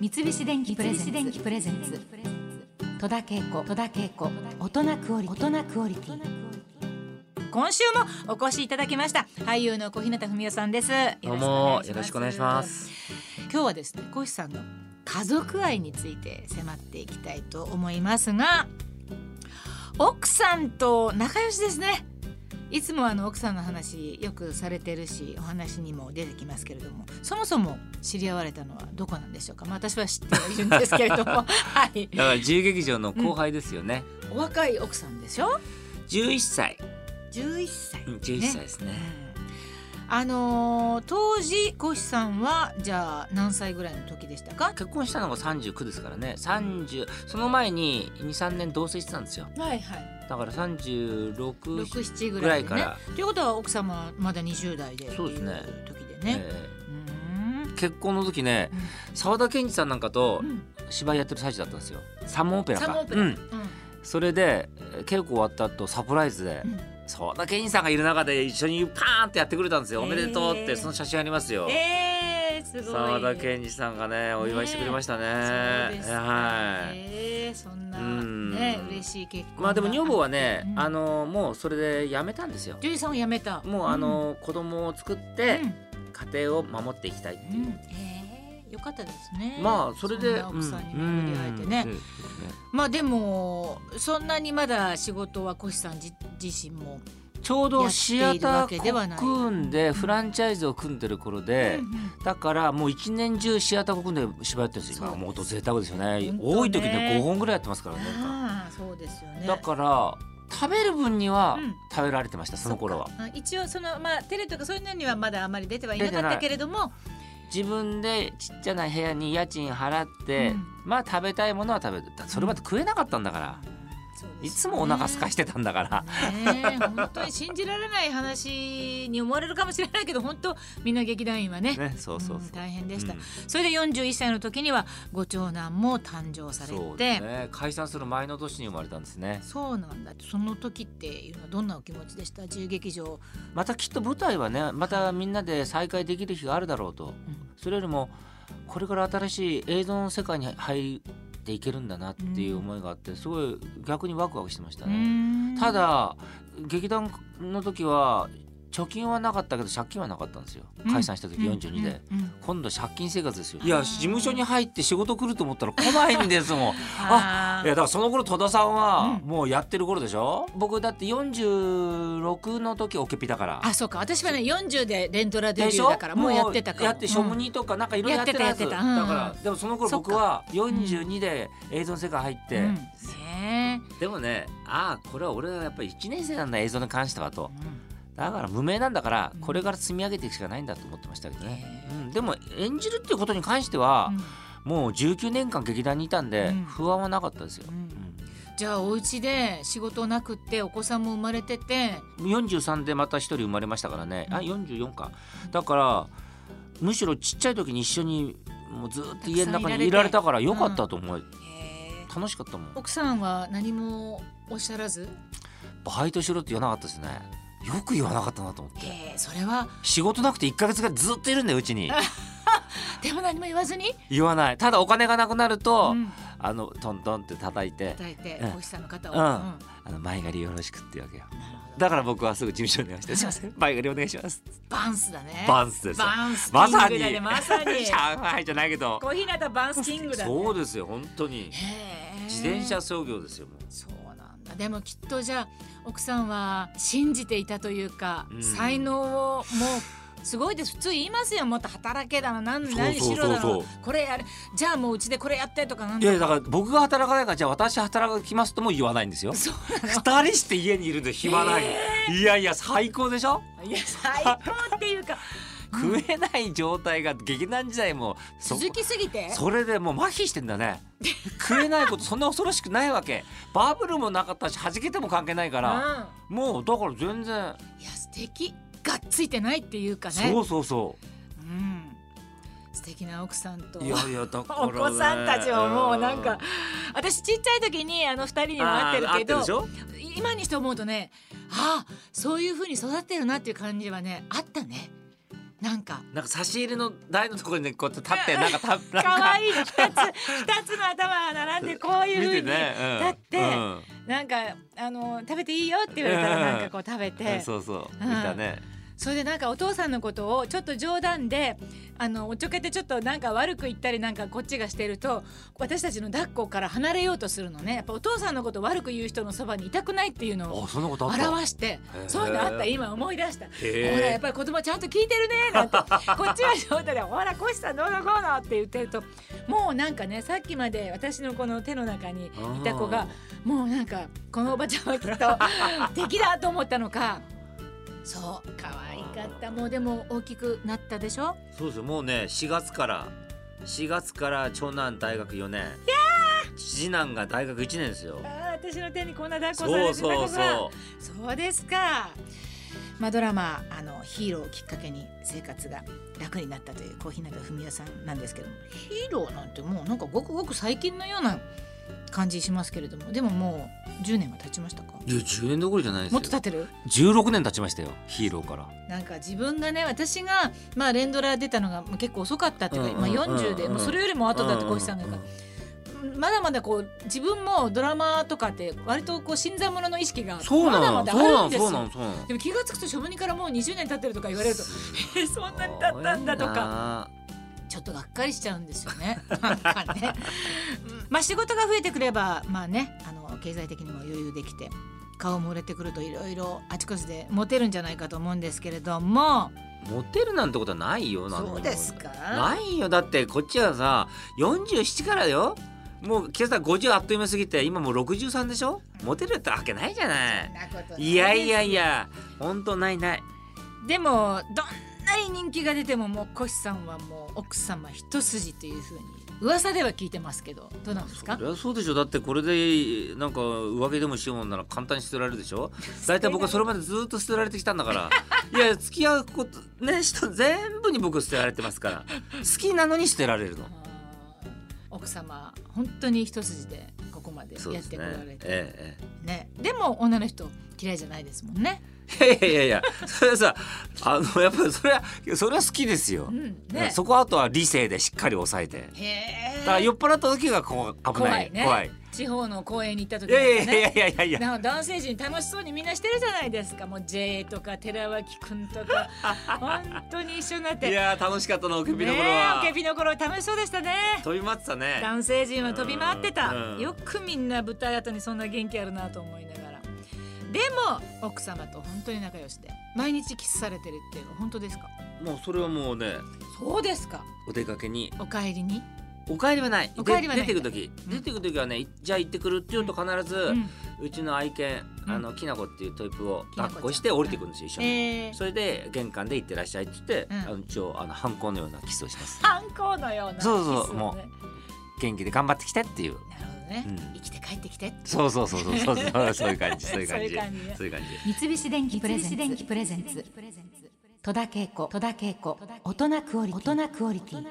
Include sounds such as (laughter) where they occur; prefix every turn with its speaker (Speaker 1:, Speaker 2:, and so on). Speaker 1: 三菱電機プレゼンツ戸田恵子戸田恵子大人クオリティ大人クオリティ今週もお越しいただきました俳優の小日向文世さんです
Speaker 2: どうもよろしくお願いします
Speaker 1: 今日はですね小日さんの家族愛について迫っていきたいと思いますが奥さんと仲良しですねいつもあの奥さんの話よくされてるしお話にも出てきますけれどもそもそも知り合われたのはどこなんでしょうか、まあ、私は知ってはいるんですけれどもは
Speaker 2: (laughs)
Speaker 1: い
Speaker 2: だから自由劇場の後輩ですよね、
Speaker 1: お若い奥さんでしょ
Speaker 2: 11歳
Speaker 1: 11歳、
Speaker 2: うん11歳ですね
Speaker 1: うんあのー当時コシさんはじゃあ何歳ぐらいの時でしたか
Speaker 2: 結婚したのが39ですからね30その前に23年同棲してたんですよ
Speaker 1: はいはい
Speaker 2: だから36
Speaker 1: 67ぐら
Speaker 2: ぐら
Speaker 1: い
Speaker 2: い
Speaker 1: で
Speaker 2: か
Speaker 1: ね
Speaker 2: ら、
Speaker 1: ということは奥様はまだ20代で
Speaker 2: そうですね
Speaker 1: っていう時で
Speaker 2: え
Speaker 1: ね
Speaker 2: ー
Speaker 1: うーん
Speaker 2: 結婚の時ね沢田研二さんなんかと
Speaker 1: うん
Speaker 2: 芝居やってる最中だったんですよサモンオペラ
Speaker 1: サ
Speaker 2: か
Speaker 1: ムオペラ
Speaker 2: うん、それでえー稽古終わった後サプライズで、
Speaker 1: うん
Speaker 2: 沢田研二さんがいる中で一緒にパーンってやってくれたんですよ、おめでとうっ
Speaker 1: へー
Speaker 2: てその写真ありますよ、
Speaker 1: えー、すごい
Speaker 2: 沢田研二さんがねお祝いしてくれましたね
Speaker 1: そうですか
Speaker 2: はい、
Speaker 1: えー、そんな
Speaker 2: うん
Speaker 1: ね嬉しい結婚
Speaker 2: まあでも女房はね、
Speaker 1: うん
Speaker 2: あのもうそれでやめたんですよ
Speaker 1: 女優さんを辞めた
Speaker 2: もうあの、子供を作っ
Speaker 1: うん
Speaker 2: て家庭を守っていきたいって
Speaker 1: う
Speaker 2: い
Speaker 1: ん
Speaker 2: う、
Speaker 1: えーよかったですね
Speaker 2: まあそれで
Speaker 1: んな奥さんに巡り会えてね、
Speaker 2: うんうん
Speaker 1: まあでもそんなにまだ仕事はコシさんじ自身も
Speaker 2: ちょうどシア
Speaker 1: や
Speaker 2: タ
Speaker 1: っているわけでは
Speaker 2: ー
Speaker 1: ない
Speaker 2: を組んでフランチャイズを組んでる頃で、だからもう一年中シアターを組んで芝居やってるんですよ
Speaker 1: そう
Speaker 2: 今
Speaker 1: です
Speaker 2: もう贅沢ですよね
Speaker 1: 本当ね
Speaker 2: 多い時ね5本ぐらいやってますからね
Speaker 1: ああそうですよね
Speaker 2: だから食べる分には
Speaker 1: うん
Speaker 2: 食べられてました、その頃は
Speaker 1: そっかあ一応そのまあテレとかそういうのにはまだあまり出てはいなかったけれども
Speaker 2: 自分でちっちゃな部屋に家賃払って、
Speaker 1: うん
Speaker 2: まあ食べたいものは食べるそれまで食えなかったんだから、
Speaker 1: そうですね
Speaker 2: いつもお腹空かしてたんだから、
Speaker 1: ねえ本当に信じられない話に思われるかもしれないけど本当みんな劇団員はね
Speaker 2: (laughs) ねそうそう
Speaker 1: うん
Speaker 2: そう、
Speaker 1: 大変でした、
Speaker 2: うん
Speaker 1: それで41歳の時にはご長男も誕生され
Speaker 2: そうで
Speaker 1: て
Speaker 2: すね解散する前の年に生まれたんですね
Speaker 1: そうなんだその時っていうのはどんなお気持ちでした自由劇場、
Speaker 2: またきっと舞台はねまたみんなで再会できる日があるだろうとそれよりもこれから新しい映像の世界に入っていけるんだなっていう思いがあってすごい逆にワクワクしてましたね、
Speaker 1: うーん
Speaker 2: ただ劇団の時は貯金はなかったけど借金はなかったんですよ
Speaker 1: うん
Speaker 2: 解散した時42で、
Speaker 1: うんうんうん
Speaker 2: 今度借金生活ですよい
Speaker 1: あー
Speaker 2: や事務所に入って仕事来ると思ったら来ないんです
Speaker 1: (laughs)
Speaker 2: もん
Speaker 1: あ
Speaker 2: いやだからその頃戸田さんは
Speaker 1: うん
Speaker 2: もうやってる頃でしょ、僕だって46の時オケピだから
Speaker 1: あそうか私はね40で連ドラデ
Speaker 2: で
Speaker 1: ビ
Speaker 2: し
Speaker 1: ュー
Speaker 2: ょ
Speaker 1: だからもうやってたから
Speaker 2: もうやってショムニーとかなんかいろいろやってたやつ
Speaker 1: やってたやってたうん
Speaker 2: だからでもその頃僕は42で映像の世界入って、
Speaker 1: うんね
Speaker 2: でもねああこれは俺はやっぱり1年生なんだ映像に関しては
Speaker 1: え
Speaker 2: と
Speaker 1: うん
Speaker 2: だから無名なんだから
Speaker 1: うん
Speaker 2: これから積み上げていくしかないんだと思ってましたけどね、うん、でも演じるっていうことに関しては、もう19年間劇団にいたんで
Speaker 1: うん
Speaker 2: 不安はなかったですよ
Speaker 1: う、ん
Speaker 2: うん
Speaker 1: じゃあお家で仕事なくってお子さんも生まれてて
Speaker 2: 43でまた一人生まれましたからね、あ
Speaker 1: うん
Speaker 2: 44かだからむしろちっちゃい時に一緒にもうずっと家の中
Speaker 1: たくさん
Speaker 2: に
Speaker 1: い
Speaker 2: い
Speaker 1: ら
Speaker 2: ら
Speaker 1: れ
Speaker 2: れ
Speaker 1: て
Speaker 2: たからよかったと思う、楽しかったもん
Speaker 1: 奥さんは何もおっしゃらず
Speaker 2: バイトしろって言わなかったですねよく言わなかったなと思って
Speaker 1: へえそれは
Speaker 2: 仕事なくて1ヶ月ぐらいずっといるんだよう
Speaker 1: (laughs)
Speaker 2: ちに
Speaker 1: でも何も言わずに、
Speaker 2: 言わないただお金がなくなると、
Speaker 1: うん
Speaker 2: あのトントンって叩いて
Speaker 1: 抱いて
Speaker 2: うん
Speaker 1: お日さんの方を、
Speaker 2: うんあの前借りよろしくって言うわけよ
Speaker 1: なるほど
Speaker 2: だから僕はすぐ事務所にお願いして「すいません前借りお願いします
Speaker 1: バンスだね」
Speaker 2: バンスですよ
Speaker 1: バンス
Speaker 2: まさ
Speaker 1: キン
Speaker 2: に
Speaker 1: グだねまさに
Speaker 2: (laughs) 上海じゃないけど
Speaker 1: 小日向バンスキングだね
Speaker 2: そうですよ本当に
Speaker 1: へえ
Speaker 2: 自転車操業ですよもう
Speaker 1: そうなんだでもきっとじゃあ奥さんは信じていたというか、
Speaker 2: うん
Speaker 1: 才能をもうすごいです普通言いますよもっと働けだの何
Speaker 2: そう
Speaker 1: 何
Speaker 2: そ
Speaker 1: し
Speaker 2: うそう
Speaker 1: ろだ
Speaker 2: そ
Speaker 1: の
Speaker 2: う
Speaker 1: これやるじゃあもううちでこれやってとかなん
Speaker 2: い
Speaker 1: だ
Speaker 2: やだから僕が働かないからじゃあ私働きますとも言わないんですよ
Speaker 1: そう
Speaker 2: 二人して家にいるんで暇ない、いやいや最高でしょ
Speaker 1: いや最高っていうか
Speaker 2: 食えない状態が劇団時代も (laughs) そ
Speaker 1: 続きすぎて
Speaker 2: それでもう麻痺してんだね食えないことそんな恐ろしくないわけバブルもなかったし弾けても関係ないか
Speaker 1: うん
Speaker 2: ら、もうだから全然、
Speaker 1: いや素敵がっついてないっていうかね
Speaker 2: そうそうそ
Speaker 1: うん、素敵な奥さんと
Speaker 2: ういやいやだか
Speaker 1: (laughs)
Speaker 2: ら、
Speaker 1: お子さんたちはもうなんか私ちっちゃい時にあの二人にも会ってるけ
Speaker 2: あー合
Speaker 1: ど
Speaker 2: でしょ
Speaker 1: 今にして思うとねああそういう風に育ってるなっていう感じはねあったねなんか
Speaker 2: なんか差し入れの台のところにこうやって立って
Speaker 1: (laughs)
Speaker 2: なんかたなん
Speaker 1: 可
Speaker 2: か
Speaker 1: 愛い
Speaker 2: (laughs)
Speaker 1: 二つ二つの頭が並んでこういう
Speaker 2: 見
Speaker 1: 風
Speaker 2: て
Speaker 1: に、
Speaker 2: ね、う
Speaker 1: 立
Speaker 2: ん、
Speaker 1: って
Speaker 2: うん
Speaker 1: なんかあの食べていいよって言われたらなんかこう食べ
Speaker 2: うん
Speaker 1: て
Speaker 2: そうそう
Speaker 1: うん
Speaker 2: 見たね、
Speaker 1: それでなんかお父さんのことをちょっと冗談であのおっちょけてちょっとなんか悪く言ったりなんかこっちがしてると私たちの抱っこから離れようとするのねやっぱお父さんのこと悪く言う人のそばにいたくないっていうのを
Speaker 2: あそんなことあった
Speaker 1: 表して
Speaker 2: ー
Speaker 1: そういうのあった今思い出した。
Speaker 2: へー
Speaker 1: ほらやっぱり子供ちゃんと聞いてるねなんてこっちは冗談で「ほらコシさんどうのこうの」って言ってるともうなんかねさっきまで私のこの手の中にいた子がもうなんかこのおばちゃんはきっ (laughs) と敵だと思ったのかそう可愛かったもうでも大きくなったでしょ
Speaker 2: そうですよもうね4月から4月から長男大学4年次男が大学1年ですよ
Speaker 1: あー私の手にこんな抱っこさ
Speaker 2: そ
Speaker 1: れて
Speaker 2: う
Speaker 1: た子が
Speaker 2: そうそう
Speaker 1: そうですか。まあ、ドラマ「あのヒーロー」をきっかけに生活が楽になったという小日向文世さんなんですけどもヒーローなんてもうなんかごくごく最近のような感じしますけれどもでももう10年が経ちましたか
Speaker 2: いや10年どころじゃないです
Speaker 1: も
Speaker 2: よ
Speaker 1: っと経ってる
Speaker 2: 16年経ちましたよヒーローから
Speaker 1: なんか自分がね私が、まあ、連ドラ出たのがまあ結構遅かったっていうか、
Speaker 2: うんうん
Speaker 1: まあ、40で、
Speaker 2: うんうん
Speaker 1: もうそれよりも後だって小日さんが言うから、まだまだこう自分もドラマとかって割とこう新参者の意識が
Speaker 2: そう
Speaker 1: まだ
Speaker 2: な
Speaker 1: ま
Speaker 2: の
Speaker 1: だ
Speaker 2: そう
Speaker 1: あ
Speaker 2: な
Speaker 1: るん
Speaker 2: の
Speaker 1: です
Speaker 2: そう
Speaker 1: よ
Speaker 2: な。のそうなの
Speaker 1: でも気が付くと初任からもう20年経ってるとか言われると「えーそんなに経ったんだ」とか
Speaker 2: か
Speaker 1: ちょっとがっかりしちゃうんですよね。なんかねうんまあ仕事が増えてくればまあねあの経済的にも余裕できて顔も売れてくるといろいろあちこちでモテるんじゃないかと思うんですけれども
Speaker 2: モテるなんてことはないよなんて
Speaker 1: そうですか
Speaker 2: ないよだってこっちはさ47からよもう今朝50あっという間すぎて今もう63でしょモテるってわけないじゃないいやいやいや本当ないない
Speaker 1: でもどんなに人気が出てももうコシさんはもう奥様一筋というふうに噂では聞いてますけどどうなんですか
Speaker 2: そりゃそうでしょだってこれでなんか浮気でもしようもんなら簡単に捨てられるで
Speaker 1: (laughs)
Speaker 2: しょ大体僕はそれまでずっと捨てられてきたんだからいや付き合うことね人全部に僕捨てられてますから好きなのに捨てられるの
Speaker 1: あー奥様本当に一筋でここまで
Speaker 2: そう
Speaker 1: や
Speaker 2: で
Speaker 1: っ
Speaker 2: す
Speaker 1: て
Speaker 2: ね
Speaker 1: こられて
Speaker 2: ええええ
Speaker 1: ねでも女の人嫌いじゃないですもんね。
Speaker 2: いやいやいやいやそれはさあのやっぱりそれはそれは好きですよ、
Speaker 1: うん、ね
Speaker 2: そこあとは理性でしっかり抑えて
Speaker 1: へえ
Speaker 2: だから酔っ払った時がこう危
Speaker 1: 怖
Speaker 2: ない
Speaker 1: いね
Speaker 2: 怖い
Speaker 1: 地方の公園に行った時
Speaker 2: い
Speaker 1: なんか
Speaker 2: やいやい
Speaker 1: ね
Speaker 2: やいやいやい
Speaker 1: (laughs)
Speaker 2: や
Speaker 1: なんか男性陣楽しそうにみんなしてるじゃないですかもう J とか寺脇くんと
Speaker 2: (laughs)
Speaker 1: か本当に一緒になって
Speaker 2: いや楽しかったなおけびの頃
Speaker 1: ね
Speaker 2: は、
Speaker 1: えおけびの頃楽しそうでしたね
Speaker 2: 飛び回ってたね
Speaker 1: 男性陣は飛び回ってた
Speaker 2: うんうん
Speaker 1: よくみんな舞台後にそんな元気あるなと思いながらでも奥様と本当に仲良しで毎日キスされてるっていうの本当ですか
Speaker 2: もうそれはもうね
Speaker 1: そうですか
Speaker 2: お出かけに
Speaker 1: お帰りに、
Speaker 2: お帰りはない
Speaker 1: お帰りはない
Speaker 2: で出てく時、
Speaker 1: うん
Speaker 2: 出てく時はねいじゃあ行ってくるって言うと必ず、う
Speaker 1: うん
Speaker 2: ちの愛犬
Speaker 1: うん
Speaker 2: あのきなこっていうトイプを
Speaker 1: きなこちゃん
Speaker 2: 抱っこして降りてくるんですよ一緒に、
Speaker 1: えー、
Speaker 2: それで玄関で行ってらっしゃいって言っ
Speaker 1: う
Speaker 2: て、
Speaker 1: ん
Speaker 2: あの一応あの反抗のようなキスをします
Speaker 1: 反抗のようなキス
Speaker 2: そうそう
Speaker 1: をね
Speaker 2: も元気で頑張ってきてっていう
Speaker 1: なるほどね、
Speaker 2: うん
Speaker 1: 生きて帰ってきて
Speaker 2: そうそうそうそ
Speaker 1: (laughs)
Speaker 2: うそうそうそういう感じそういう感じ
Speaker 1: そういう感じね
Speaker 2: そういう感じ
Speaker 3: 三菱電機プレゼンツ
Speaker 4: 三菱電機プレゼンツ
Speaker 3: 戸田恵子戸田恵子大人クオリティ大人クオリティ